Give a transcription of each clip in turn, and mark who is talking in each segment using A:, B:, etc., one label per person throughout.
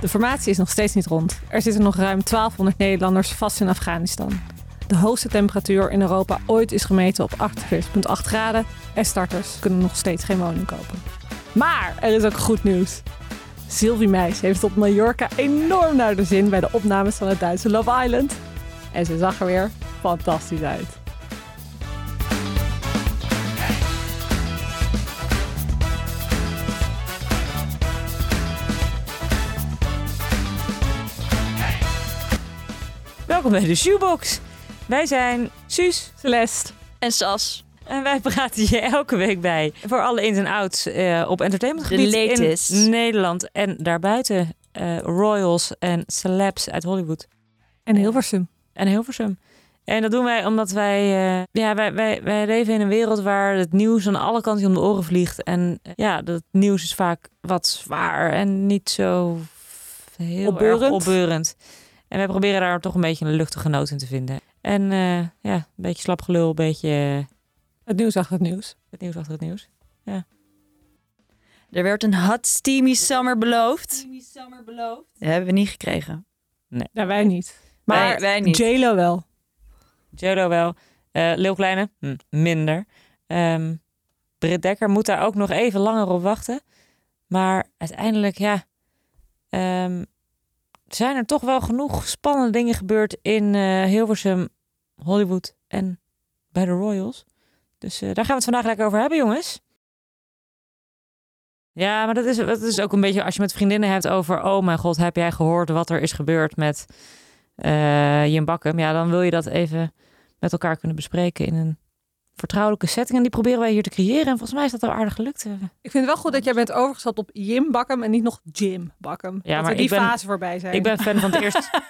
A: De formatie is nog steeds niet rond. Er zitten nog ruim 1200 Nederlanders vast in Afghanistan. De hoogste temperatuur in Europa ooit is gemeten op 48,8 graden en starters kunnen nog steeds geen woning kopen. Maar er is ook goed nieuws. Sylvie Meis heeft op Mallorca enorm naar de zin bij de opnames van het Duitse Love Island. En ze zag er weer fantastisch uit.
B: Welkom bij de Shoebox. Wij zijn Suus
A: Celeste.
C: En Sas.
B: en wij praten je elke week bij voor alle ins en outs eh, op entertainmentgebied
C: De latest.
B: in Nederland en daarbuiten. eh, royals en celebs uit Hollywood
A: En Hilversum.
B: en Hilversum. En dat doen wij omdat wij, eh, ja, wij, wij, wij leven in een wereld waar het nieuws aan alle kanten om de oren vliegt. En eh, ja, dat nieuws is vaak wat zwaar en niet zo f- heel erg
A: Opbeurend.
B: opbeurend. En wij proberen daar toch een beetje een luchtige noot in te vinden. En eh, ja, een beetje slap gelul, een beetje eh,
A: Het nieuws achter het nieuws.
B: het nieuws achter het nieuws.
C: Er werd een hot steamy summer beloofd. Dat hebben we niet gekregen.
A: Ja, Nou, wij niet. Maar
C: wij, wij niet.
A: JLo wel.
B: Jodo wel. Eh Leeuw Kleine? Hm, minder. Ehm Britt Dekker moet daar ook nog even langer op wachten. Maar uiteindelijk, ja... ehm, zijn er toch wel genoeg spannende dingen gebeurd in eh, Hilversum, Hollywood en bij de Royals. Dus eh, daar gaan we het vandaag lekker over hebben, jongens. Ja, maar dat is, dat is ook een beetje als je met vriendinnen hebt over... oh mijn god, heb jij gehoord wat er is gebeurd met eh Jim Bakkum? Ja, dan wil je dat even met elkaar kunnen bespreken in een vertrouwelijke setting. En die proberen wij hier te creëren. En volgens mij is dat al aardig gelukt. eh.
A: Ik vind het wel goed dat jij bent overgestapt op Jim Bakkum en niet nog Jim Bakkum.
B: Ja,
A: dat
B: maar
A: we die
B: ik ben-
A: fase voorbij zijn.
B: Ik ben fan van het eerste.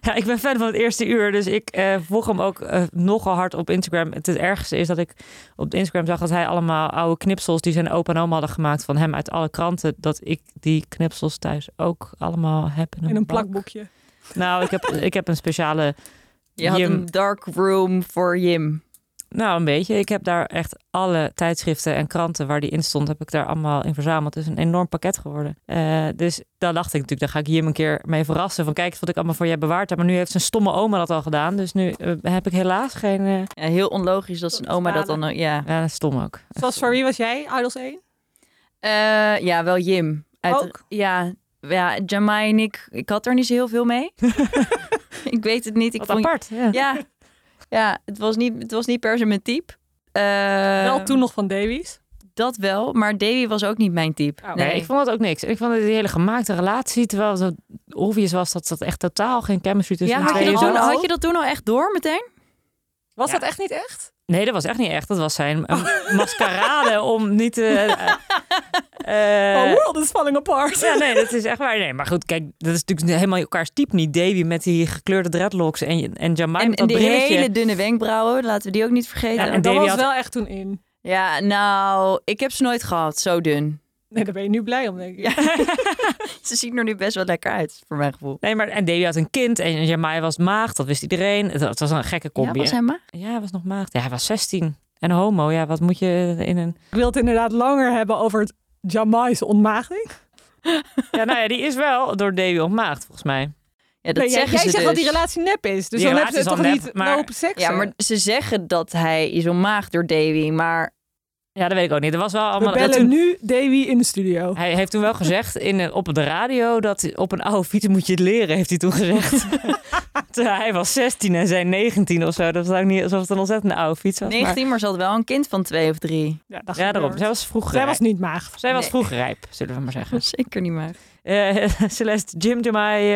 B: ja, ik ben fan van het eerste uur. Dus ik eh volg hem ook eh, nogal hard op Instagram. Het, het ergste is dat ik op Instagram zag dat hij allemaal oude knipsels die zijn opa en oma hadden gemaakt van hem uit alle kranten. Dat ik die knipsels thuis ook allemaal heb. In een,
A: in een
B: bak.
A: plakboekje.
B: Nou, ik heb, ik heb een speciale.
C: Je had
B: Jim.
C: een dark room voor Jim.
B: Nou, een beetje. Ik heb daar echt alle tijdschriften en kranten waar die in stond, heb ik daar allemaal in verzameld. Het is een enorm pakket geworden. Eh, dus daar dacht ik natuurlijk, daar ga ik Jim een keer mee verrassen. Van kijk eens wat ik allemaal voor jij bewaard heb. Maar nu heeft zijn stomme oma dat al gedaan. Dus nu eh, heb ik helaas geen... eh,
C: Ja, heel onlogisch dat zijn oma dat dan... ook- Ja,
B: Ja, dat is stom ook.
A: Zoals voor wie was jij? Idols 1?
C: Eh, ja wel Jim.
A: Ook?
C: Ja, ja, Jamai en ik, ik had er niet zo heel veel mee. ik weet het niet. Ik
B: Wat
C: vond-
B: apart. Ja.
C: Ja, ja het, was niet, het was niet per se mijn type. Eh,
B: Ehm,
A: wel toen nog van Davies.
C: Dat wel, maar Davy was ook niet mijn type.
A: Oh.
B: Nee, ik vond dat ook niks. En Ik vond dat die hele gemaakte relatie, terwijl het obvious was dat dat echt totaal geen chemistry tussen
C: ja,
B: de
C: had, je
B: tweeën
C: dat
B: zat.
C: toen,
A: zo?
C: had je dat toen al echt door meteen?
A: Was
B: Ja.
A: dat echt niet echt?
B: Nee, dat was echt niet echt. Dat was zijn eh, mascarade om niet te...
C: Oh,
B: eh, eh,
A: My Oh, world is falling apart.
B: Ja, nee, dat is echt waar. Nee, maar goed, kijk, dat is natuurlijk helemaal elkaars type niet. Davy met die gekleurde dreadlocks en, en Jamai
C: En,
B: met
C: en
B: dat
C: die
B: brilletje.
C: hele dunne wenkbrauwen, laten we die ook niet vergeten.
B: Ja,
C: Ja,
B: en
A: dat
B: Davy
A: was
B: had-
A: wel echt toen in.
C: nou, ik heb ze nooit gehad, zo dun.
A: Nee, daar ben je nu blij om, denk ik.
C: Ja. ze zien er nu best wel lekker uit, voor mijn gevoel.
B: Nee, maar en Davy had een kind en Jamai was maagd. Dat wist iedereen. Het, het was een gekke combi.
C: Ja, was
B: hè?
C: hij maar?
B: Ja, hij was nog maagd. Ja, hij was 16. En homo, ja, wat moet je in een...
A: Ik wil het inderdaad langer hebben over het Jamai's ontmaagding.
B: Ja, nou ja, die is wel door Davy ontmaagd, volgens mij.
C: Ja, dat
A: Nee, jij
C: zeggen
A: jij
C: ze
A: zegt
C: dus.
A: dat die relatie nep is. Dus
B: Die
A: dan hebben ze
B: relatie
A: toch
B: is al
A: niet
B: nep, maar-
A: open seks.
C: Ja, maar ze zeggen dat hij is ontmaagd door Davy, maar
B: Ja, dat weet ik ook niet. Er was wel
A: We
B: allemaal...
A: bellen
B: toen-
A: nu Davy in de studio.
B: Hij heeft toen wel gezegd in, een- op de radio dat op een oude fiets moet je het leren, heeft hij toen gezegd. Terwijl hij was 16 en zij 19 of zo. Dat was ook niet alsof het een ontzettend oude fiets was. maar-
C: 19, maar ze had wel een kind van twee of drie.
A: Ja, dat
B: Ja,
A: gebeurt.
B: daarom. Zij was vroeg
A: Zij
B: rijp.
A: was niet maagd.
B: Zij was
C: Nee.
B: vroeg rijp, zullen we maar zeggen.
C: Zeker niet maar.
B: Eh, Celeste, Jim, Jamai,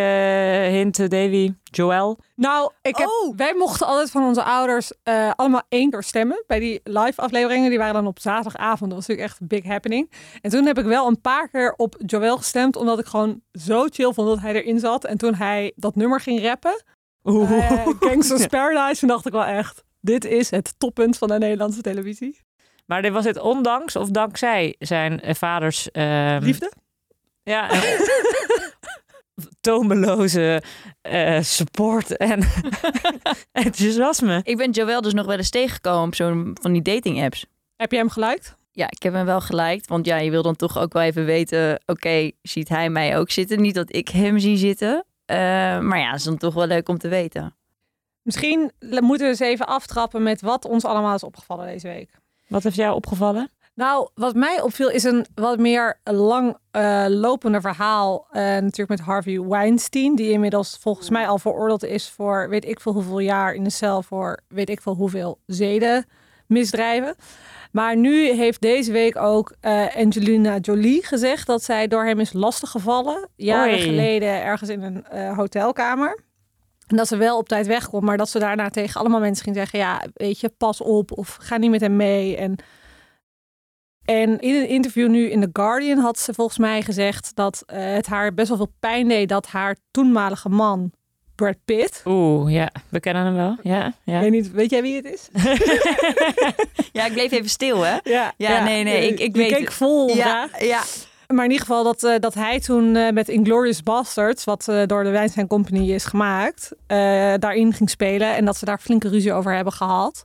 B: eh Hint, eh, Davy, Joel.
A: Nou, ik heb,
C: Oh.
A: wij mochten altijd van onze ouders eh, allemaal één keer stemmen. Bij die live afleveringen, die waren dan op zaterdagavond. Dat was natuurlijk echt een big happening. En toen heb ik wel een paar keer op Joel gestemd. Omdat ik gewoon zo chill vond dat hij erin zat. En toen hij dat nummer ging rappen.
B: Oeh.
A: eh, Gangsters Paradise. Toen dacht ik wel echt, dit is het toppunt van de Nederlandse televisie.
B: Maar dit was het ondanks of dankzij zijn eh, vaders... ehm,
A: Liefde?
B: Ja. en- tomeloze eh, support en enthousiasme.
C: Ik ben Joël dus nog wel eens tegengekomen op zo'n van die dating apps.
A: Heb je hem geliked?
C: Ja, ik heb hem wel geliked. Want ja, je wil dan toch ook wel even weten... oké, ziet hij mij ook zitten? Niet dat ik hem zie zitten. Eh, maar ja, het is dan toch wel leuk om te weten.
A: Misschien le- moeten we eens even aftrappen met wat ons allemaal is opgevallen deze week.
B: Wat heeft jou opgevallen?
A: Nou, wat mij opviel is een wat meer lang eh, lopende verhaal. eh, natuurlijk met Harvey Weinstein, die inmiddels volgens mij al veroordeeld is voor weet ik veel hoeveel jaar in de cel voor weet ik veel hoeveel zedenmisdrijven. Maar nu heeft deze week ook eh, Angelina Jolie gezegd dat zij door hem is lastiggevallen. Jaren
B: Oei.
A: geleden ergens in een eh, hotelkamer. En dat ze wel op tijd wegkomt, maar dat ze daarna tegen allemaal mensen ging zeggen: Ja, weet je, pas op of ga niet met hem mee. En, en in een interview nu in The Guardian had ze volgens mij gezegd dat eh, het haar best wel veel pijn deed dat haar toenmalige man, Brad Pitt.
B: Oeh, ja, we kennen hem wel. Ja,
A: Ik
B: ja.
A: Weet, niet, weet jij wie het is?
C: Ja, ik bleef even stil, hè?
A: Ja,
C: nee, nee, ik- ik
A: Je
C: weet
A: keek
C: het.
A: vol.
C: Ja,
A: Ja.
C: ja.
A: Maar in ieder geval dat, eh, dat hij toen eh, met Inglorious Bastards, wat eh, door de Weinstein Company is gemaakt, eh, daarin ging spelen. En dat ze daar flinke ruzie over hebben gehad.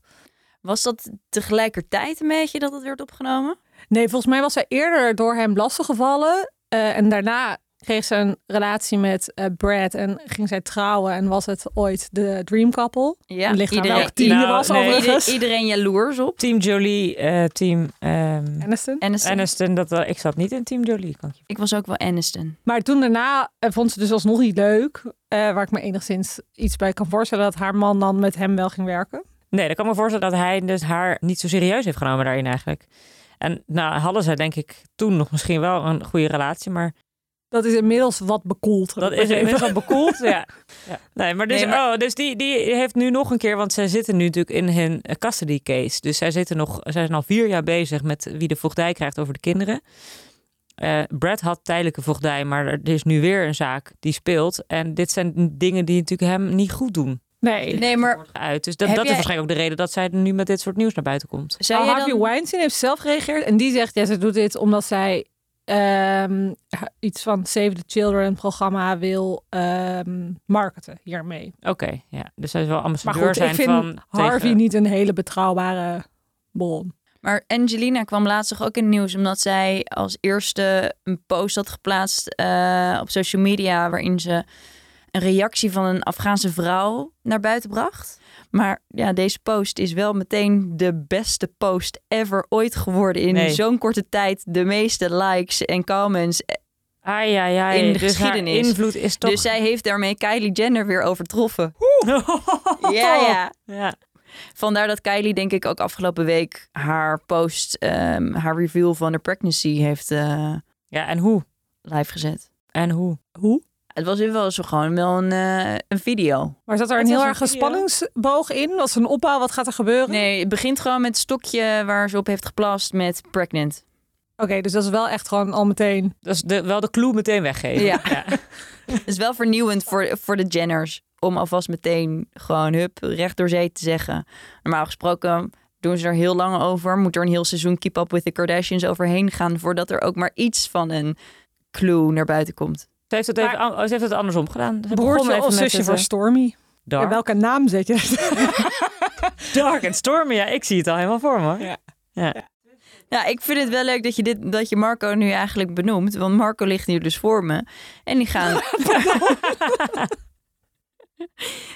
C: Was dat tegelijkertijd een beetje dat het werd opgenomen?
A: Nee, volgens mij was zij eerder door hem lastiggevallen. eh en daarna kreeg ze een relatie met eh, Brad en ging zij trouwen. En was het ooit de dream couple.
C: Ja,
A: Ligt aan
C: iedereen,
A: welk team je
B: Nou,
A: was
B: nee.
A: overigens.
C: ieder- iedereen jaloers op.
B: Team Jolie, eh, team ehm
A: Aniston.
C: En
B: Aniston. Dat, wel- ik zat niet in Team Jolie. Kan ik je
C: Ik was ook wel Aniston.
A: Maar toen daarna eh, vond ze dus alsnog niet leuk. eh, waar ik me enigszins iets bij kan voorstellen dat haar man dan met hem wel ging werken.
B: Nee, dat kan me voorstellen dat hij dus haar niet zo serieus heeft genomen daarin eigenlijk. En nou hadden zij denk ik toen nog misschien wel een goede relatie, maar
A: Dat is inmiddels wat bekoeld. heb
B: dat
A: ik
B: is
A: begrepen.
B: inmiddels wel bekoeld. ja. Nee, maar dus,
C: Nee, maar-
B: Oh, dus die, die heeft nu nog een keer, want zij zitten nu natuurlijk in hun eh, custody case. Dus zij, zitten nog, zij zijn al vier jaar bezig met wie de voogdij krijgt over de kinderen. Eh, Brad had tijdelijke voogdij, maar er is nu weer een zaak die speelt. En dit zijn dingen die natuurlijk hem niet goed doen.
A: Nee.
C: Nee, maar
B: Uit. Dus dat,
C: Heb
B: dat is
C: jij-
B: waarschijnlijk ook de reden dat zij nu met dit soort nieuws naar buiten komt.
C: zou
A: nou,
C: jij
A: Harvey
C: dan...
A: Weinstein heeft zelf gereageerd en die zegt, ja, ze doet dit omdat zij ehm, ha- iets van Save the Children programma wil ehm, marketen hiermee.
B: Oké, ja. Dus hij is wel
A: Maar
B: ambassadeur
A: goed,
B: zijn
A: ik vind
B: van
A: Harvey
B: tegen-
A: niet een hele betrouwbare bron.
C: Maar Angelina kwam laatst toch ook in het nieuws omdat zij als eerste een post had geplaatst eh, op social media waarin ze een reactie van een Afghaanse vrouw naar buiten bracht. Maar ja, deze post is wel meteen de beste post ever ooit geworden. In
B: Nee.
C: zo'n korte tijd de meeste likes en comments.
B: Ah ja, ja. ja.
C: in de
B: dus haar
C: geschiedenis.
B: invloed is toch...
C: Dus zij heeft daarmee Kylie Jenner weer overtroffen. Ja,
B: ja,
C: ja.
B: ja.
C: Vandaar dat Kylie, denk ik, ook afgelopen week haar post, ehm, haar review van de pregnancy heeft eh,
B: Ja, en hoe?
C: live gezet.
B: En hoe?
A: Hoe?
C: Het was in wel zo gewoon wel een, eh, een video.
A: Maar zat er een
B: Het was
A: heel
B: een
A: erg een
B: video.
A: spanningsboog in? Was er een opbouw? Wat gaat er gebeuren?
C: Nee, het begint gewoon met het stokje waar ze op heeft geplast met pregnant.
A: Oké, dus dat is wel echt gewoon al meteen.
B: Dat is de, wel de clue meteen weggeven.
C: Ja. Het is wel vernieuwend voor, voor de Jenners om alvast meteen gewoon hup, recht door zee te zeggen. Normaal gesproken doen ze er heel lang over. Moet er een heel seizoen Keep Up With The Kardashians overheen gaan voordat er ook maar iets van een clue naar buiten komt.
B: Ze, heeft het even, an- ze heeft het andersom gedaan. Ze begon
A: Broertje
B: even
A: of
B: met
A: zusje
B: het,
A: voor
B: eh,
A: Stormy? Ja,
B: Dark.
A: welke naam zet je?
B: Dark en Stormy. Ja, ik zie het al helemaal voor me. hoor.
A: Ja.
B: Ja.
C: Ja, ik vind het wel leuk dat je, dit, dat je Marco nu eigenlijk benoemt. Want Marco ligt hier dus voor me. En die gaan...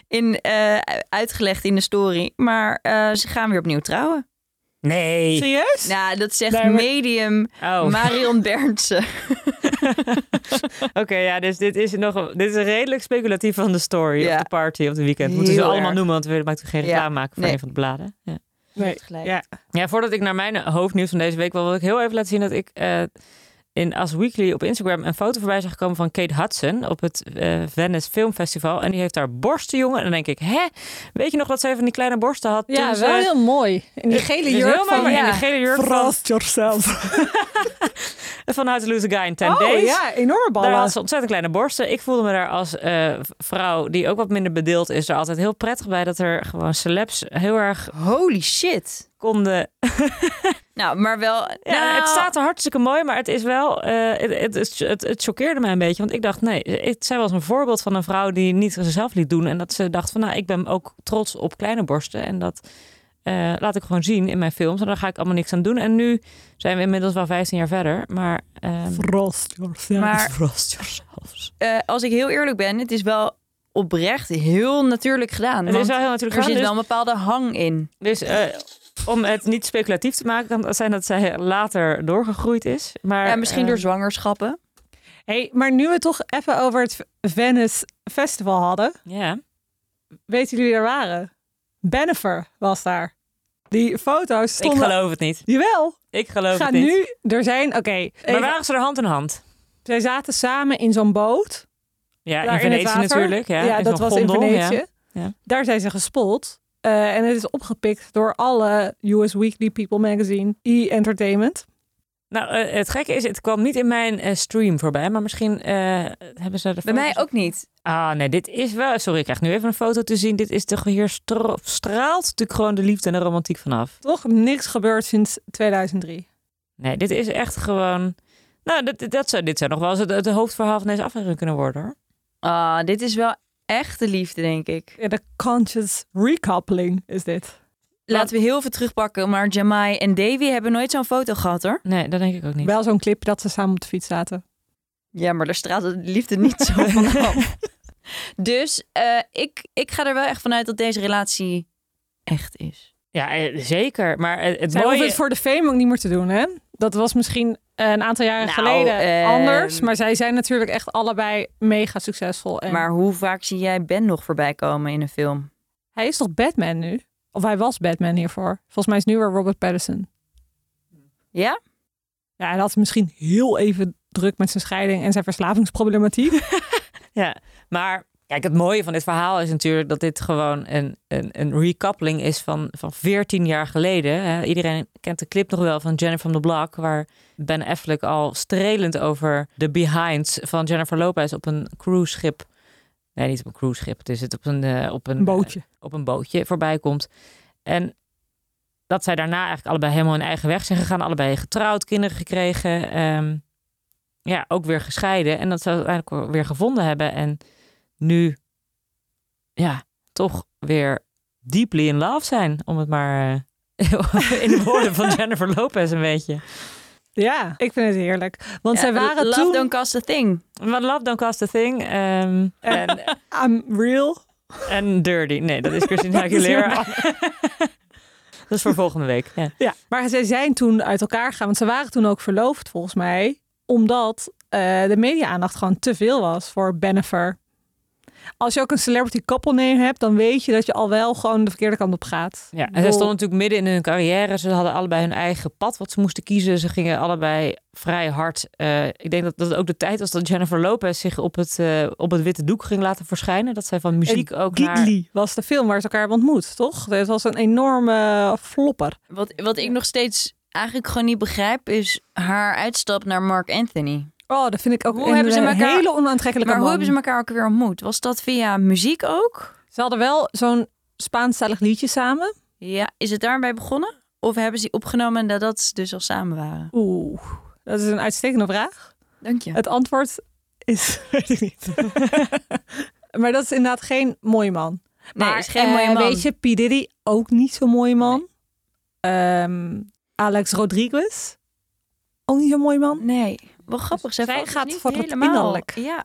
C: in, eh, uitgelegd in de story. Maar eh, ze gaan weer opnieuw trouwen.
B: Nee.
A: Serieus?
C: Nou, dat zegt
A: Nee, maar-
C: medium
B: Oh,
C: Marion Berndsen.
B: oké. ja, dus dit is, nog, een- dit is redelijk speculatief van de story
C: Ja.
B: op de party op de weekend. Moeten ze
C: Heel
B: allemaal
C: erg.
B: noemen, want we maken geen
C: Ja.
B: reclame maken voor
C: Nee.
B: een van de bladen. Ja.
A: Nee. Ja.
B: Ja, voordat ik naar mijn hoofdnieuws van deze week wil, wil ik heel even laten zien dat ik eh, in As Weekly op Instagram een foto voorbij zag komen van Kate Hudson op het eh, Venice Film Festival. En die heeft haar borsten, jongen. En dan denk ik, hè? Weet je nog dat zij van die kleine borsten had?
A: Ja,
B: toen ze-
A: wel heel mooi. In die
B: Het
A: gele
B: is heel
A: jurk
B: mooi,
A: van...
B: maar in
C: ja.
B: de gele jurk van,
A: Frost yourself.
B: van How to Lose a Guy in 10
A: Oh
B: Days.
A: ja, enorme ballen.
B: Daar had ze ontzettend kleine borsten. Ik voelde me daar als eh, vrouw die ook wat minder bedeeld is er altijd heel prettig bij. Dat er gewoon celebs heel erg
C: Holy shit.
B: konden
C: Nou, maar wel...
B: Ja,
C: nou,
B: het staat er hartstikke mooi, maar het is wel. eh, het, het, het, het, het choqueerde mij een beetje. Want ik dacht, nee, het, zij was een voorbeeld van een vrouw die niet zichzelf liet doen. En dat ze dacht van nou, ik ben ook trots op kleine borsten. En dat eh, laat ik gewoon zien in mijn films. En daar ga ik allemaal niks aan doen. En nu zijn we inmiddels wel 15 jaar verder. Maar ehm,
A: Frost yourself.
C: Maar-
B: Frost yourselves.
C: Eh, als ik heel eerlijk ben, het is wel oprecht heel natuurlijk gedaan.
B: Het is
C: want
B: wel heel natuurlijk
C: er zit
B: gedaan, dus-
C: wel een bepaalde hang in.
B: Dus eh, om het niet speculatief te maken, kan het zijn dat zij later doorgegroeid is. Maar,
C: ja, misschien
B: eh,
C: door zwangerschappen.
A: Hey, maar nu we het toch even over het Venice Festival hadden.
B: Ja.
A: Weten jullie wie er waren? Bennifer was daar. Die foto's
B: Ik
A: stonden...
B: geloof het niet.
A: Jawel.
B: Ik geloof
A: Ga
B: het niet.
A: nu... Er zijn... Oké.
B: Maar
A: even-
B: waren ze er hand in hand?
A: Zij zaten samen in zo'n boot. daar
B: Ja, in
A: het
B: Venetië
A: water.
B: natuurlijk. Ja, in
A: dat
B: zo'n
A: was in
B: gondel, ja.
A: Venetië.
B: Ja.
A: Daar zijn ze gespot. Eh, en het is opgepikt door alle US Weekly People Magazine, E-Entertainment.
B: Nou, eh, het gekke is, het kwam niet in mijn eh, stream voorbij. Maar misschien eh, hebben ze de
C: Bij mij
B: foto's-
C: ook niet.
B: Ah, nee, dit is wel... Sorry, ik krijg nu even een foto te zien. Dit is toch hier stro- straalt natuurlijk gewoon de liefde en de romantiek vanaf.
A: Toch niks gebeurd sinds 2003.
B: Nee, dit is echt gewoon... Nou, dat, dat zou, dit zou nog wel eens het, het hoofdverhaal van deze aflevering kunnen worden, hoor.
C: Ah, dit is wel echte liefde, denk ik.
A: Ja, eh, De conscious recoupling is dit.
C: Laten we heel even terugpakken, maar Jamai en Davy hebben nooit zo'n foto gehad, hoor.
B: Nee, dat denk ik ook niet.
A: Wel zo'n clip dat ze samen op de fiets zaten.
C: Ja, maar daar straalt de liefde niet zo van af. Dus eh, ik, ik ga er wel echt vanuit dat deze relatie echt is.
B: Ja, eh, zeker. Maar eh, het
A: Zij hoeven
B: mooie...
A: het voor de fame ook niet meer te doen, hè? Dat was misschien eh, een aantal jaren
C: Nou,
A: geleden
C: ehm.
A: anders. Maar zij zijn natuurlijk echt allebei mega succesvol. En
C: Maar hoe vaak zie jij Ben nog voorbij komen in een film?
A: Hij is toch Batman nu? Of hij was Batman hiervoor. Volgens mij is nu weer Robert Pattinson.
C: Ja?
A: Ja, hij had misschien heel even druk met zijn scheiding en zijn verslavingsproblematiek.
B: Ja, maar kijk, het mooie van dit verhaal is natuurlijk dat dit gewoon een, een, een recoupling is van, van 14 jaar geleden. hè. Iedereen kent de clip nog wel van Jennifer from the Block, waar Ben Affleck al strelend over de behinds van Jennifer Lopez op een cruiseschip. Nee, niet op een cruiseschip. Het is het op een, eh, op een
A: Een bootje.
B: op een bootje voorbij komt. En dat zij daarna eigenlijk allebei helemaal hun eigen weg zijn gegaan. Allebei getrouwd, kinderen gekregen. ehm, ja, ook weer gescheiden. En dat ze uiteindelijk weer gevonden hebben. En nu, ja, toch weer deeply in love zijn. Om het maar eh, in de woorden van Jennifer Lopez een beetje.
A: Ja, ik vind het heerlijk. Want
C: Ja,
A: zij waren
C: Love
A: toen...
C: don't cost a thing.
B: Maar love don't cost a thing. ehm, en,
A: eh, I'm real.
B: en dirty. Nee, dat is Christina
A: Dat is
B: Aguilera.
A: helemaal-
B: dat is voor volgende week. Ja.
A: Ja, maar zij zijn toen uit elkaar gegaan. Want ze waren toen ook verloofd, volgens mij. Omdat eh, de media-aandacht gewoon te veel was voor Bennifer. Als je ook een celebrity couple name hebt, dan weet je dat je al wel gewoon de verkeerde kant op gaat.
B: Ja, en
A: Bedoel-
B: zij stonden natuurlijk midden in hun carrière. Ze hadden allebei hun eigen pad wat ze moesten kiezen. Ze gingen allebei vrij hard. eh, ik denk dat dat het ook de tijd was dat Jennifer Lopez zich op het, eh, op het witte doek ging laten verschijnen. Dat zij van muziek ook naar...
A: Gigli was de film waar ze elkaar hebben ontmoet, toch? Het was een enorme flopper.
C: Wat, wat ik nog steeds eigenlijk gewoon niet begrijp, is haar uitstap naar Mark Anthony.
A: Oh, dat vind ik ook
C: Hoe
A: een
C: hebben ze elkaar-
A: hele onaantrekkelijke
C: Maar
A: man.
C: hoe hebben ze elkaar ook weer ontmoet? Was dat via muziek ook?
A: Ze hadden wel zo'n Spaanstalig liedje samen.
C: Ja, is het daarbij begonnen? Of hebben ze die opgenomen nadat ze dus al samen waren? Eh,
A: Oeh, dat is een uitstekende vraag.
C: Dank je.
A: Het antwoord is, weet ik niet. maar dat is inderdaad geen mooie man.
C: nee,
A: maar,
C: is geen
A: eh,
C: mooie man.
A: Weet je, P. Diddy, ook niet zo'n mooie man. Ehm, Alex Rodriguez, ook niet zo'n mooie man.
C: Nee, wel grappig. Zij,
A: Zij
C: valt dus
A: gaat
C: niet
A: voor het
C: helemaal.
A: innerlijk. Mm.
C: Ja.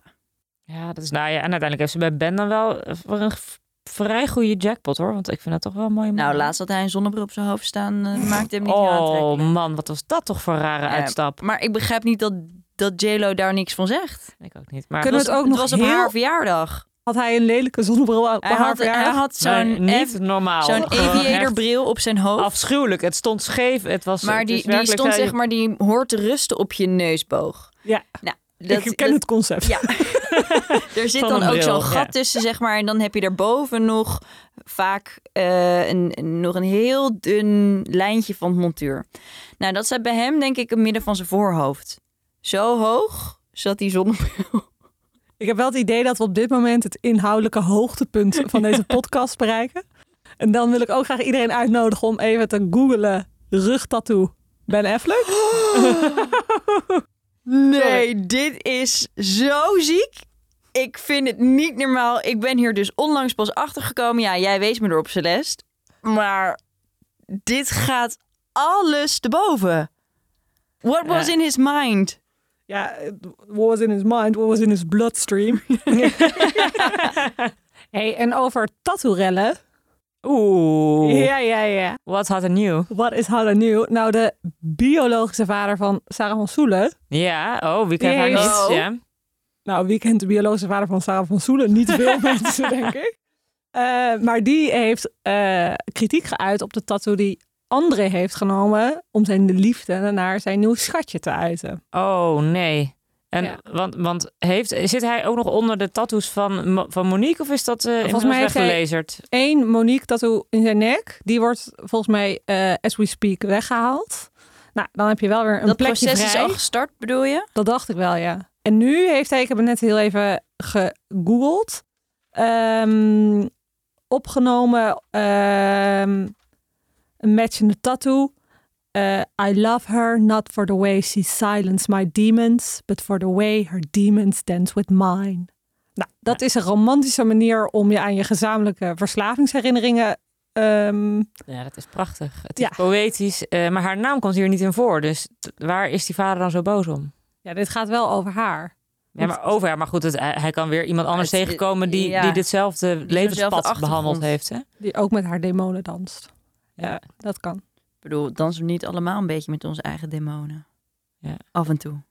B: Ja, dat is nou ja. En uiteindelijk heeft ze bij Ben dan wel eh, voor een v- vrij goede jackpot hoor. Want ik vind dat toch wel een mooie
C: Nou,
B: man.
C: laatst had hij een zonnebril op zijn hoofd staan.
A: Mm.
C: eh, maakte hem niet meer
B: Oh
C: aantrekkelijk.
B: man, wat was dat toch voor een rare
C: Ja,
B: uitstap.
C: Maar ik begrijp niet dat, dat J-Lo daar niks van zegt.
B: Ik ook niet. Maar
A: Kunnen we
B: het
A: het ook
C: het
A: nog
C: was op
A: heel-
C: haar verjaardag.
A: Had hij een lelijke zonnebril op
C: Hij
A: haar
C: had, hij
A: verjaardag?
C: had zo'n
B: Nee, niet normaal.
C: Zo'n
B: Gewoon echt
C: aviatorbril op zijn hoofd.
B: Afschuwelijk. Het stond scheef. Het was
C: maar
B: het is
C: die, die
B: werkelijk,
C: stond
B: zei je-
C: zeg maar, die hoort te rusten op je neusboog.
A: Ja,
C: Nou,
A: ik ken het concept.
C: Ja. er zit
B: Van
C: dan
B: een
C: ook
B: bril,
C: zo'n
B: ja.
C: gat tussen, zeg maar. En dan heb je daarboven nog vaak eh, een, een- nog een heel dun lijntje van het montuur. Nou, dat zat bij hem denk ik het midden van zijn voorhoofd. Zo hoog zat die zonnebril.
A: Ik heb wel het idee dat we op dit moment het inhoudelijke hoogtepunt van deze podcast bereiken. En dan wil ik ook graag iedereen uitnodigen om even te googlen rugtattoo Ben Affleck.
C: Nee, dit is zo ziek. Ik vind het niet normaal. Ik ben hier dus onlangs pas achtergekomen. Ja, jij wees me erop, Celeste. Maar dit gaat alles te boven. What was
B: Ja.
C: in his mind?
A: Ja, what was in his mind, what was in his bloodstream. hey, en over tattoo-rellen.
B: Oeh,
A: Ja, ja, ja.
B: wat had er nieuw?
A: Wat is Halla nieuw? Nou, de biologische vader van Sarah van Soelen.
B: Ja, oh, wie kent haar
A: Jezus.
B: niet?
C: Oh.
B: Ja.
A: Nou, wie kent de biologische vader van Sarah van Soelen? Niet veel mensen, denk ik. Eh, maar die heeft eh, kritiek geuit op de tattoo die André heeft genomen... om zijn liefde naar zijn nieuw schatje te uiten.
B: Oh, nee. En,
A: Ja.
B: want, want heeft, zit hij ook nog onder de tattoos van, Mo- van Monique? Of is dat eh inmiddels
A: mij heeft hij-
B: weggelezerd?
A: Eén Monique-tattoo in zijn nek. Die wordt volgens mij, eh, as we speak, weggehaald. Nou, dan heb je wel weer een
C: dat
A: plekje
C: proces is
A: vrij.
C: al gestart, bedoel je?
A: Dat dacht ik wel, ja. En nu heeft hij, ik heb het net heel even gegoogeld, ehm, opgenomen ehm, een matchende tattoo. Eh, I love her not for the way she silenced my demons, but for the way her demons dance with mine. Nou, dat is een romantische manier om je aan je gezamenlijke verslavingsherinneringen ehm,
B: Ja, dat is prachtig. Het
A: Ja.
B: is poëtisch. eh, maar haar naam komt hier niet in voor. Dus t- waar is die vader dan zo boos om?
A: ja, dit gaat wel over haar.
B: Ja, maar over ja, maar goed, het, hij hij kan weer iemand anders
C: Het-
B: tegenkomen die,
C: ja.
B: die ditzelfde levenspad
C: achtergrond.
B: behandeld heeft. Hè?
A: Die ook met haar demonen danst. Ja,
B: Ja.
A: dat kan.
C: Ik bedoel, dansen we niet allemaal een beetje met onze eigen demonen?
B: Ja.
C: Af en toe.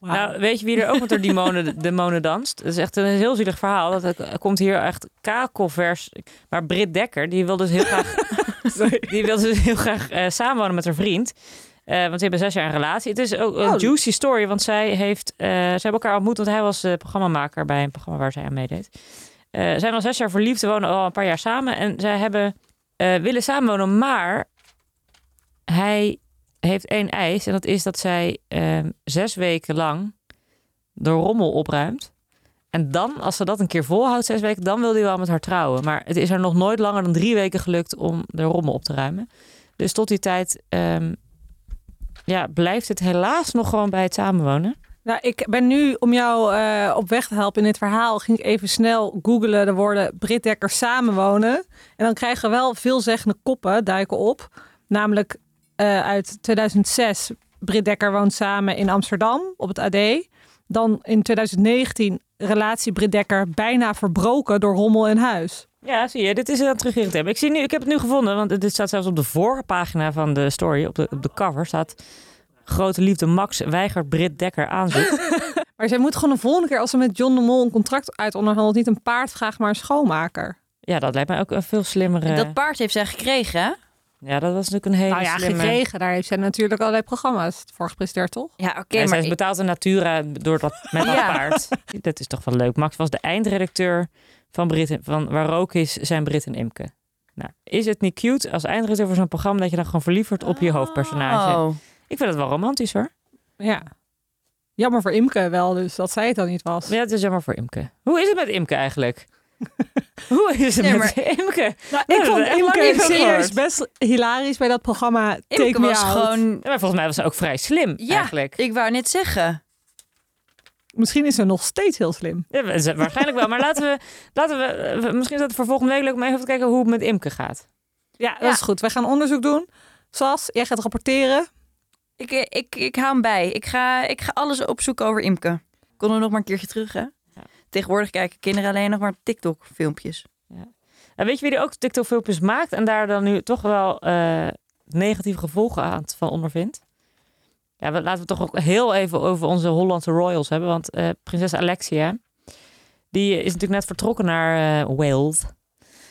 B: Nou, weet je wie er ook met haar demonen, demonen danst? Dat is echt een heel zielig verhaal. Dat eh, komt hier echt kakelvers. Maar Britt Dekker, die wil dus heel graag Die wilde dus heel graag eh, samenwonen met haar vriend. Eh, want ze hebben zes jaar een relatie. Het is ook een
A: Oh.
B: juicy story, want zij heeft, eh, ze hebben elkaar ontmoet, want hij was eh, programmamaker bij een programma waar zij aan meedeed. Eh, Ze zijn al zes jaar verliefd, ze wonen al een paar jaar samen en zij hebben, eh, willen samenwonen, maar hij heeft één eis en dat is dat zij eh, zes weken lang de rommel opruimt. En dan, als ze dat een keer volhoudt, zes weken, dan wil hij wel met haar trouwen. Maar het is haar nog nooit langer dan drie weken gelukt om de rommel op te ruimen. Dus tot die tijd ehm, ja, blijft het helaas nog gewoon bij het samenwonen.
A: Nou, ik ben nu om jou eh, op weg te helpen in dit verhaal. Ging ik even snel googlen de woorden Brit Dekker samenwonen. En dan krijgen we wel veelzeggende koppen duiken op. Namelijk eh, uit 2006. Brit Dekker woont samen in Amsterdam op het AD. Dan in 2019 relatie Brit Dekker bijna verbroken door rommel in huis.
B: Ja, zie je, dit is een terugkerend thema. Ik, zie nu, ik heb het nu gevonden, want dit staat zelfs op de voorpagina van de story, op de, op de cover staat... Grote liefde Max weigert Brit Dekker aanzoek.
A: Maar zij moet gewoon de volgende keer als ze met John de Mol een contract uitonderhandelt... niet een paard vraagt, maar een schoonmaker.
B: Ja, dat lijkt mij ook een veel slimmere...
C: En dat paard heeft zij gekregen, hè?
B: Ja, dat was natuurlijk een hele
A: nou ja,
B: slimme...
A: gekregen. Daar heeft zij natuurlijk allerlei programma's voor gepresteerd, toch?
C: Ja, oké,
B: Ja,
C: maar
B: zij is betaald in Natura door dat, met dat
C: Ja.
B: paard. Dat is toch wel leuk. Max was de eindredacteur van, Britten, van Waar Rook is, zijn Brit en Imke. Nou, is het niet cute als eindredacteur voor zo'n programma... dat je dan gewoon verliefd wordt op je hoofdpersonage?
C: Oh.
B: Ik vind het wel romantisch hoor.
A: Ja. Jammer voor Imke wel, dus dat zij het dan niet was.
B: Maar ja, het is jammer voor Imke. Hoe is het met Imke eigenlijk? Hoe is het
C: Nee,
B: met Imke?
A: ik
B: dat heb
A: vond
B: ik echt lang niet
A: Imke
B: van
A: serieus
B: gehoord.
A: best hilarisch bij dat programma Take
C: Imke
A: Me
C: was
A: Out.
C: gewoon...
B: Ja, maar volgens mij was ze ook vrij slim
C: Ja.
B: eigenlijk.
C: Ik wou net zeggen.
A: Misschien is ze nog steeds heel slim.
B: Ja, maar ze- waarschijnlijk wel. Maar laten we, laten we... eh, Misschien is dat voor volgende week leuk om even te kijken hoe het met Imke gaat.
A: Ja, dat
C: Ja.
A: is goed. Wij gaan onderzoek doen. Sas, jij gaat rapporteren.
C: Ik, ik, ik hou hem bij. Ik ga, ik ga alles opzoeken over Imke. Ik kon er nog maar een keertje terug, hè? Tegenwoordig kijken kinderen alleen nog maar TikTok-filmpjes.
B: En weet je wie er ook TikTok-filmpjes maakt en daar dan nu toch wel eh, negatieve gevolgen aan het- van ondervindt? Ja, we, laten we het toch ook heel even over onze Hollandse royals hebben. Want eh, prinses Alexia, die is natuurlijk net vertrokken naar eh, Wales.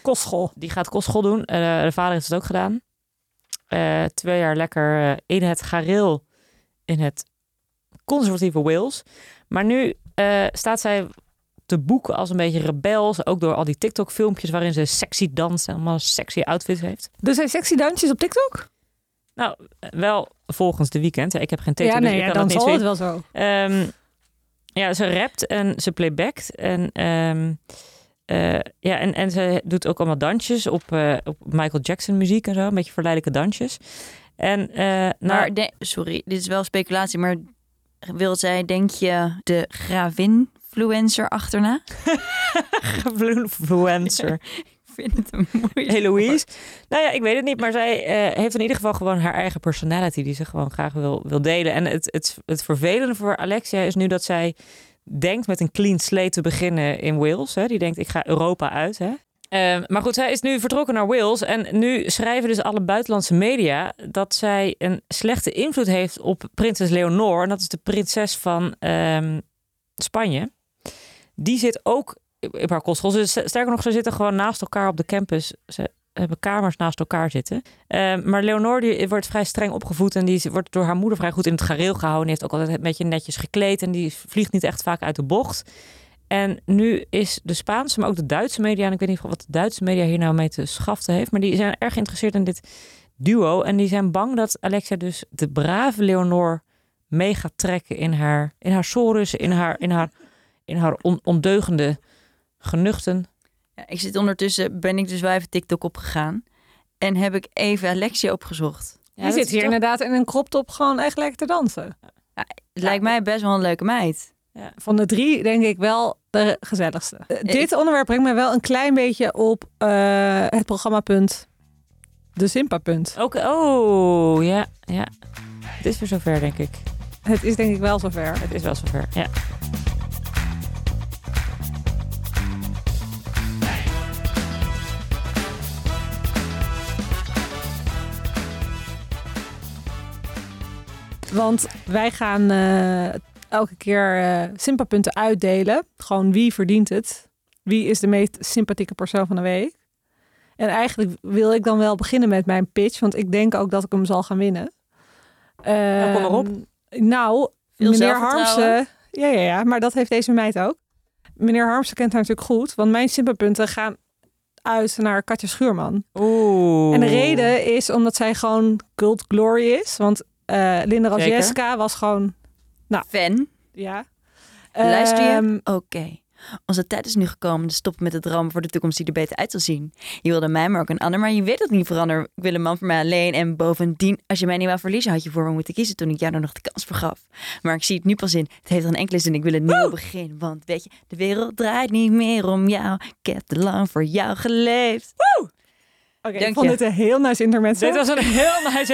A: Kostschool.
B: Die gaat kostschool doen. Eh, de vader heeft het ook gedaan. Eh, twee jaar lekker eh, in het gareel in het conservatieve Wales. Maar nu eh, staat zij te boeken als een beetje rebels. Ook door al die TikTok-filmpjes waarin ze sexy danst en allemaal sexy outfits heeft.
A: Dus hij sexy dansjes op TikTok?
B: Eh, Wel volgens de weekend. Ik heb geen TikTok,
A: ja,
B: dus
A: nee,
B: ik
A: ja,
B: kan
A: dan
B: het niet
A: zal het
B: weten.
A: wel zo.
B: Ehm, ja, ze rapt en ze playbackt. En, ehm, eh, ja, en, en ze doet ook allemaal dansjes op, eh, op Michael Jackson muziek en zo. Een beetje verleidelijke dansjes. En, eh, nou,
C: Maar, de- sorry, dit is wel speculatie, maar wil zij, denk je, de gravin-fluencer achterna?
B: influencer.
C: vind het een moeilijk
B: Heloïse. Nou ja, ik weet het niet, maar zij eh, heeft in ieder geval gewoon haar eigen personality die ze gewoon graag wil, wil delen. En het, het, het vervelende voor Alexia is nu dat zij denkt met een clean slate te beginnen in Wales. Hè. Die denkt, ik ga Europa uit. Hè. Ehm, maar goed, zij is nu vertrokken naar Wales. En nu schrijven dus alle buitenlandse media dat zij een slechte invloed heeft op prinses Leonor. En dat is de prinses van ehm, Spanje. Die zit ook op haar kostschool. Ze- Sterker nog, ze zitten gewoon naast elkaar op de campus. Ze hebben kamers naast elkaar zitten. Eh, maar Leonor die wordt vrij streng opgevoed en die is- wordt door haar moeder vrij goed in het gareel gehouden. Die heeft ook altijd een beetje netjes gekleed en die vliegt niet echt vaak uit de bocht. En nu is de Spaanse, maar ook de Duitse media, en ik weet niet wat de Duitse media hier nou mee te schaften heeft, maar die zijn erg geïnteresseerd in dit duo. En die zijn bang dat Alexia dus de brave Leonor mee gaat trekken in haar, in haar sores, in haar, in haar, in haar on- ondeugende genuchten.
C: Ja, ik zit ondertussen, ben ik dus wel even TikTok opgegaan. En heb ik even Alexia opgezocht.
A: Hij zit hier
B: in
A: inderdaad in een crop top gewoon echt lekker te dansen.
C: Het lijkt mij best wel een leuke meid.
A: Van de drie denk ik wel de gezelligste. Eh, dit onderwerp brengt mij wel een klein beetje op eh, het programmapunt. De Simpa-punt.
B: Oké, oh, ja, ja. Het is weer zover, denk ik.
A: Het is denk ik wel zover.
B: Het is wel zover, ja.
A: Want wij gaan eh, elke keer eh Simpa-punten uitdelen. Gewoon wie verdient het? Wie is de meest sympathieke persoon van de week? En eigenlijk wil ik dan wel beginnen met mijn pitch, want ik denk ook dat ik hem zal gaan winnen.
B: Nou, kom maar op.
A: Ehm, Nou,
C: Veel
A: meneer
C: zelfvertrouwen.
A: Harmsen. Ja, ja, ja, maar dat heeft deze meid ook. Meneer Harmsen kent haar natuurlijk goed, want mijn Simpa-punten gaan uit naar Katja Schuurman.
B: Oeh.
A: En de reden is omdat zij gewoon cult glory is. Want eh, Linda
B: Zeker.
A: Radjeska was gewoon,
C: Fan.
A: ja.
C: Luister je?
A: Ehm,
C: Oké. Onze tijd is nu gekomen, dus stop met het dromen voor de toekomst die er beter uit zal zien. Je wilde mij, maar ook een ander, maar je weet dat niet verander. Ik wil een man voor mij alleen en bovendien, als je mij niet wou verliezen, had je voor me moeten kiezen toen ik jou nou nog de kans vergaf. Maar ik zie het nu pas in, het heeft er een enkele zin, ik wil een nieuw begin. Want weet je, de wereld draait niet meer om jou, ik heb te lang voor jou geleefd.
A: Oké, ik
C: Dank
A: vond
C: je.
A: dit een heel nice intermezzo.
B: Dit was een heel nice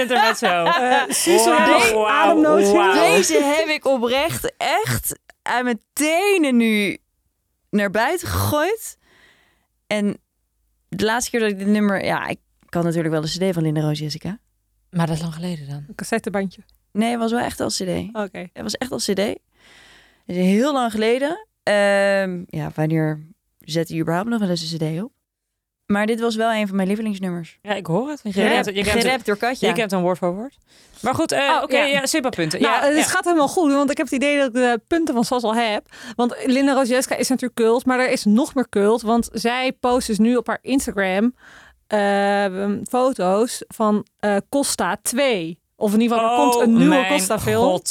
B: intermezzo.
A: Eh, Suus,
B: Wauw,
A: nog
B: wauw,
A: ademnootje?
B: wauw.
C: Deze heb ik oprecht echt aan mijn tenen nu naar buiten gegooid. En de laatste keer dat ik dit nummer... Ja, ik kan natuurlijk wel een cd van Linda Roos Jessica.
B: Maar dat is lang geleden dan.
A: Een cassettebandje.
C: Nee, het was wel echt als cd.
A: Oké.
C: Het was echt als cd. Het is heel lang geleden. Ehm, ja, wanneer zet hij überhaupt nog wel eens een cd op? Maar dit was wel een van mijn lievelingsnummers.
B: Ja, ik hoor het. want Je
A: Ja,
B: kent, je kent, het,
C: Gerapt door Katja.
B: je kent een woord voor woord. Maar goed, eh,
A: Oh,
B: oké,
A: ja.
B: ja. Simpa-punten.
A: Nou,
B: ja,
A: het
B: ja.
A: gaat helemaal goed, want ik heb het idee dat ik de punten van Sas al heb. Want Linda Rojeska is natuurlijk cult, maar er is nog meer cult. Want zij post dus nu op haar Instagram eh, foto's van eh, Costa 2. Of in ieder geval, er komt een
B: Oh
A: nieuwe
B: mijn
A: Costa film.
B: God.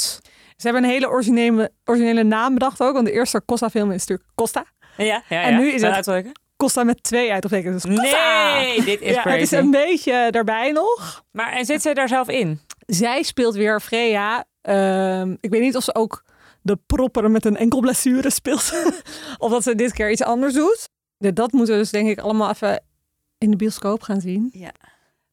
A: Ze hebben een hele originele, originele naam bedacht ook. Want de eerste Costa film is natuurlijk Costa.
B: Ja, ja, ja.
A: En nu is
B: Wil je
A: het-
B: uitdrukken?
A: Costa met twee uitroeptekens. Dus Costa!
B: Nee, dit is
A: Ja,
B: crazy.
A: het is een beetje daarbij nog.
B: Maar en zit zij daar zelf in?
A: Zij speelt weer Freya. Ehm, ik weet niet of ze ook de propperen met een enkel blessure speelt. of dat ze dit keer iets anders doet. Ja, Dat moeten we dus denk ik allemaal even in de bioscoop gaan zien.
C: Ja.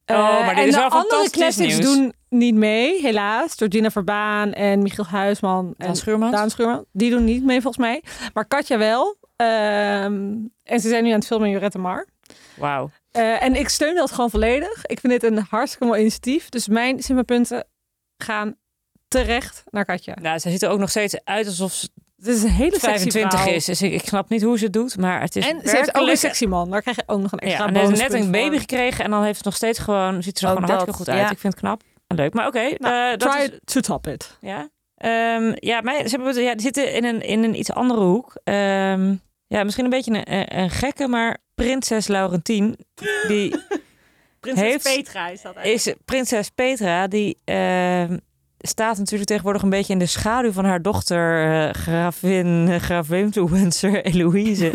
A: Eh,
B: Oh, maar dit
A: en
B: is
A: de
B: wel
A: andere
B: fantastisch
A: classics
B: nieuws.
A: doen niet mee, helaas. Georgina Verbaan en Michiel Huisman en
B: Daan Schuurmans?
A: Daan Schuurman. Die doen niet mee volgens mij. Maar Katja wel. Ehm, en ze zijn nu aan het filmen in Jurette Mar.
B: Wauw.
A: Eh, en ik steun dat gewoon volledig. Ik vind dit een hartstikke mooi initiatief. Dus mijn Simba-punten gaan terecht naar Katja.
B: Nou, zij ziet er ook nog steeds uit alsof ze
A: Het is een hele sexy
B: 25
A: vrouw.
B: is. Dus ik, ik snap niet hoe ze het doet, maar het is
A: En ze heeft ook een
B: werkelijk-
A: sexy man. Daar krijg je ook nog een
B: Ja,
A: extra
B: en hij heeft net
A: bonuspunt
B: een baby
A: voor.
B: gekregen en dan heeft ze nog steeds gewoon, ziet ze er
C: Ook
B: gewoon hartstikke
C: dat,
B: goed uit.
C: ja.
B: Ik vind het knap en leuk. Maar oké, eh, dat
A: Nou, Try
B: is,
A: to top it.
B: ja. Ehm, ja, mij, ze hebben, ja, die zitten in een, in een iets andere hoek. Ehm, ja, misschien een beetje een, een, een gekke, maar prinses Laurentien, die Prinses Heeft-
A: Petra is dat
B: is prinses Petra, die ehm, staat natuurlijk tegenwoordig een beetje in de schaduw van haar dochter, eh, gravin, eh, grafinfluencer Eloïse.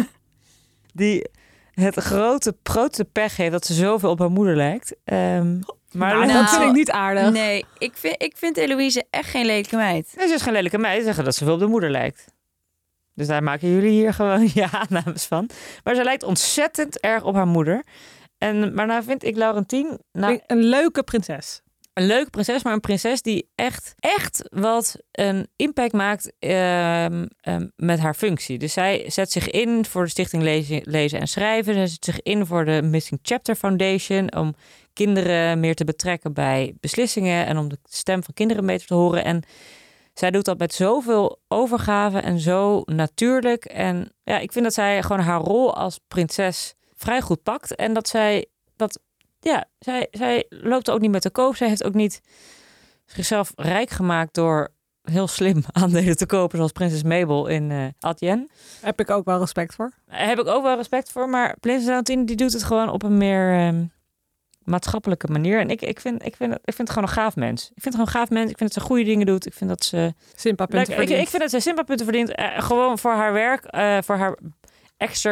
B: die het grote, grote pech heeft dat ze zoveel op haar moeder lijkt. Ehm, maar
A: Maar
C: Nou,
A: dat vind ik niet aardig.
C: Nee, ik vind, ik vind Eloïse echt geen lelijke meid.
B: Nee, ze is geen lelijke meid. Ze zeggen dat ze veel op de moeder lijkt. Dus daar maken jullie hier gewoon je aannames van. Maar ze lijkt ontzettend erg op haar moeder. En, maar nou vind ik Laurentien nou,
A: Een, een leuke prinses.
B: een leuke prinses, maar een prinses die echt, echt wat een impact maakt ehm, ehm, met haar functie. Dus zij zet zich in voor de Stichting Lezen, Lezen en Schrijven. Zij zet zich in voor de Missing Chapter Foundation. Om kinderen meer te betrekken bij beslissingen en om de stem van kinderen beter te horen. En zij doet dat met zoveel overgave en zo natuurlijk. En ja, ik vind dat zij gewoon haar rol als prinses vrij goed pakt. En dat zij dat, ja, zij, zij loopt ook niet met de koop. Zij heeft ook niet zichzelf rijk gemaakt door heel slim aandelen te kopen, zoals prinses Mabel in eh Adyen.
A: Daar heb ik ook wel respect voor.
B: Daar heb ik ook wel respect voor, maar prinses Valentine die doet het gewoon op een meer ehm, maatschappelijke manier. En ik, ik, vind, ik, vind, het- ik vind het gewoon een gaaf mens. Ik vind het gewoon een gaaf mens. Ik vind dat ze goede dingen doet. Ik vind dat ze
A: Simpa punten
B: Lekker. ik, ik
A: verdient.
B: vind dat zij Simba punten verdient. eh, gewoon voor haar werk, eh, voor haar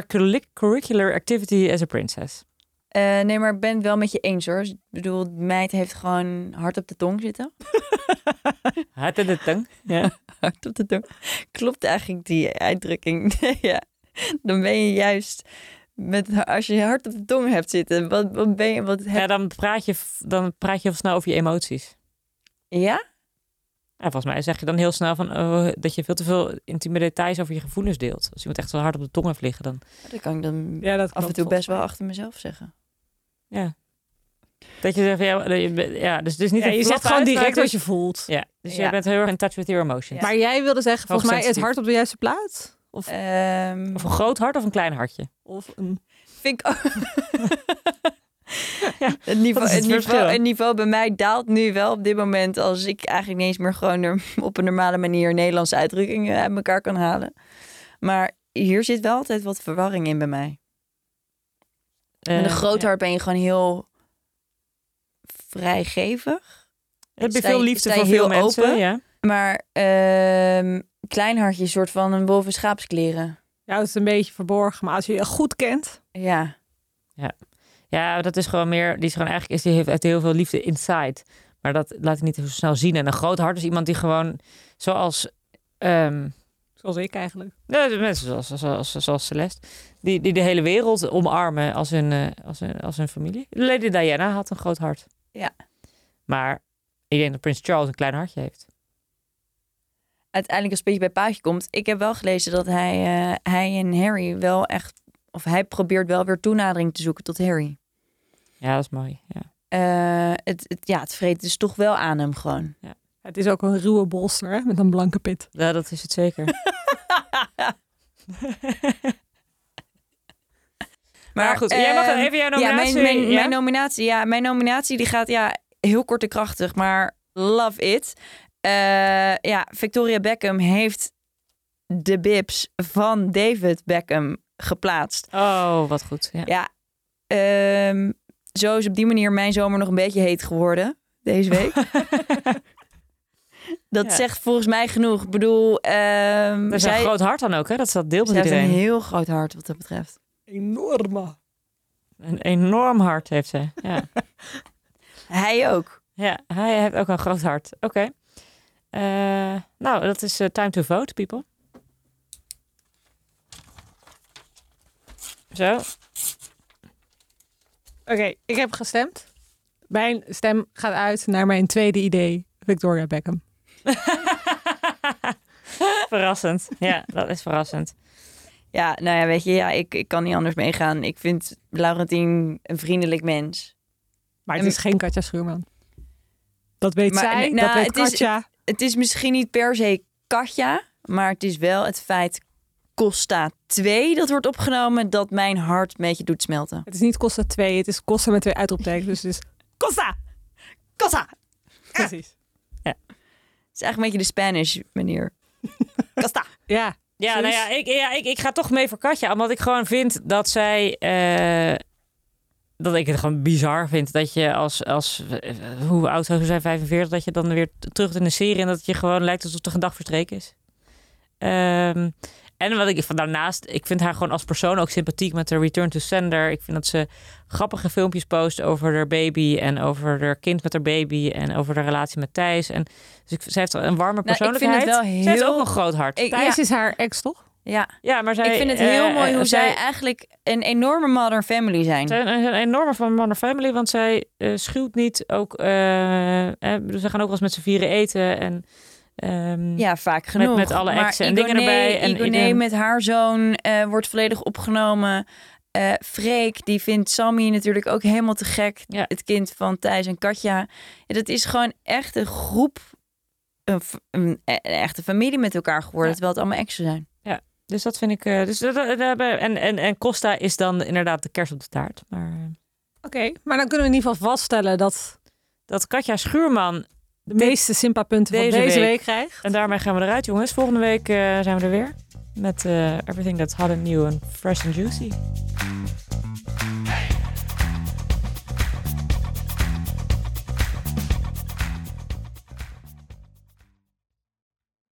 B: extracurricular activity as a princess.
C: Eh, nee, maar ik ben het wel met je eens hoor. Ik bedoel, de meid heeft gewoon hard op de tong zitten.
B: Had in de tong. Ja.
C: Hard op de tong. Klopt eigenlijk die uitdrukking? Nee, ja. Dan ben je juist met als je hard op de tong hebt zitten. Wat, wat ben je? Wat heb,
B: ja, dan praat je, v- dan praat je heel snel over je emoties.
C: ja?
B: En volgens mij zeg je dan heel snel van, oh, dat je veel te veel intieme details over je gevoelens deelt. Als iemand echt zo hard op de tong heeft liggen, dan
C: Dat kan ik dan
A: Ja, dat
C: af en
A: klopt,
C: toe
A: volgens
C: best wel achter mezelf zeggen.
B: ja. Dat je zegt, van, ja, dat je- ja dus het is niet
A: mij.
B: een
A: Ja, je
B: flap
A: zegt gewoon
B: uit, maar
A: direct
B: het
A: wat
B: is-
A: je voelt.
B: Ja, dus je
C: Ja.
B: bent heel erg in touch with your emotions.
A: Maar jij wilde zeggen, volgens mij het
B: Hoogsensitief.
A: hart op de juiste plaats? Of,
C: Ehm,
B: Of een groot hart of een klein hartje?
A: of een...
C: vind ik ook.
B: Ja,
C: het, niveau,
B: dat is
C: het,
B: het
C: niveau,
B: verschil.
C: het niveau bij mij daalt nu wel op dit moment. Als ik eigenlijk niet eens meer gewoon er- op een normale manier Nederlandse uitdrukkingen uit elkaar kan halen. Maar hier zit wel altijd wat verwarring in bij mij. Met een
B: Eh,
C: groot
B: ja.
C: hart ben je gewoon heel vrijgevig.
B: Heb je
C: Sta je-
B: veel liefde
C: sta je
B: voor veel
C: heel
B: mensen?
C: open?
B: Ja.
C: Maar ehm klein hartje is een soort van een boven schaapskleren.
A: Ja, het is een beetje verborgen, maar als je je goed kent...
C: Ja.
B: Ja, dat is gewoon meer. Die is gewoon eigenlijk is die heeft, heeft heel veel liefde inside. Maar dat laat ik niet zo snel zien. En een groot hart is iemand die gewoon zoals. ehm,
A: Zoals ik eigenlijk.
B: nou, de mensen zoals, zoals, zoals Celeste. Die, die de hele wereld omarmen als hun, eh, als, hun, als hun familie. Lady Diana had een groot hart.
C: Ja.
B: Maar ik denk dat Prins Charles een klein hartje heeft.
C: Uiteindelijk als het een beetje bij Paasje komt. Ik heb wel gelezen dat hij, eh, hij en Harry wel echt... Of hij probeert wel weer toenadering te zoeken tot Harry.
B: Ja, dat is mooi. Ja.
C: Eh, het, het, ja, het vreet dus toch wel aan hem gewoon.
A: Het is ook een ruwe bolster hè, met een blanke pit.
B: Ja, dat is het zeker. maar, goed, jij mag
C: ehm,
B: even jouw
C: Ja,
B: nominatie.
C: mijn, mijn,
B: ja?
C: mijn nominatie. Ja, mijn nominatie die gaat ja, heel kort en krachtig, maar love it. Eh, ja, Victoria Beckham heeft de bibs van David Beckham geplaatst.
B: Oh, wat goed. Ja.
C: Ja, ehm, zo is op die manier mijn zomer nog een beetje heet geworden deze week. Dat
B: Ja.
C: zegt volgens mij genoeg. Ik bedoel, ehm,
B: Dat is
C: zij,
B: een groot hart dan ook, hè? Dat ze dat deelt
C: zij
B: met
C: heeft een
B: iedereen.
C: heel groot hart wat dat betreft.
A: Enorme.
B: Een enorm hart heeft ze. Ja.
C: Hij ook.
B: ja, hij heeft ook een groot hart. Oké. Eh, nou, dat is eh, time to vote, people. Zo.
A: Oké, ik heb gestemd. Mijn stem gaat uit naar mijn tweede idee, Victoria Beckham.
B: verrassend. Ja, dat is verrassend.
C: Ja, nou ja, weet je, ja, ik, ik kan niet anders meegaan. Ik vind Laurentien een vriendelijk mens.
A: Maar het
C: En-
A: is geen Katja Schuurman. Dat weet
C: Maar-
A: zij,
C: nou,
A: dat weet
C: het is-
A: Katja.
C: Het is misschien niet per se Katja, maar het is wel het feit Costa 2 dat wordt opgenomen dat mijn hart een beetje doet smelten.
A: Het is niet Costa 2, het is Costa met twee uitroeptekens. Dus het is Costa!
C: Costa!
A: Precies.
C: Het is eigenlijk een beetje de Spanish manier. Costa!
A: Ja,
B: Ja, nou
A: Suus?
B: ja, ik, ja ik, ik ga toch mee voor Katja. Omdat ik gewoon vind dat zij... eh, dat ik het gewoon bizar vind dat je als... als eh, hoe oud zou ze zijn? 45? Dat je dan weer t- terug in de serie... en dat het je gewoon lijkt alsof de een dag verstreken is. Ehm, en wat ik van daarnaast... Ik vind haar gewoon als persoon ook sympathiek met de Return to Sender. Ik vind dat ze grappige filmpjes post over haar baby... en over haar kind met haar baby... en over de relatie met Thijs. En, dus ik, zij heeft een warme
C: Nou, ik vind het
B: persoonlijkheid.
C: wel
B: Zij heeft
C: heel-
B: ook een groot hart.
C: Ik-
A: Thijs is haar ex, toch?
C: Ja.
B: Ja, maar zij,
C: ik vind het heel
B: eh,
C: mooi hoe
B: eh,
C: zij, eigenlijk een enorme modern family zijn.
B: Zij zijn een enorme van Modern Family, want zij eh, schuwt niet ook... eh, eh, bedoel, ze gaan ook wel eens met z'n vieren eten en... ehm,
C: Ja, vaak genoeg.
B: met alle
C: Maar
B: exen en dingen
C: Igoné-
B: erbij en
C: Igoné
B: iedereen-
C: met haar zoon eh, wordt volledig opgenomen. Eh Freek, die vindt Sammy natuurlijk ook helemaal te gek.
B: Ja.
C: Het kind van Thijs en Katja. Ja, dat is gewoon echt een groep, een, f- een, e- een echte familie met elkaar geworden.
B: Ja.
C: Terwijl het allemaal exen zijn.
B: Dus dat vind ik... eh, dus, dat- dat- dat- en, en, en Costa is dan inderdaad de kers op de taart. Maar eh,
A: Oké, maar dan kunnen we in ieder geval vaststellen dat
B: dat Katja Schuurman...
A: de meeste Simpa-punten van
B: Deze
A: deze
B: week.
A: week krijgt.
B: En daarmee gaan we eruit, jongens. Volgende week eh, zijn we er weer. Met eh, Everything That's Hot and New and Fresh and Juicy.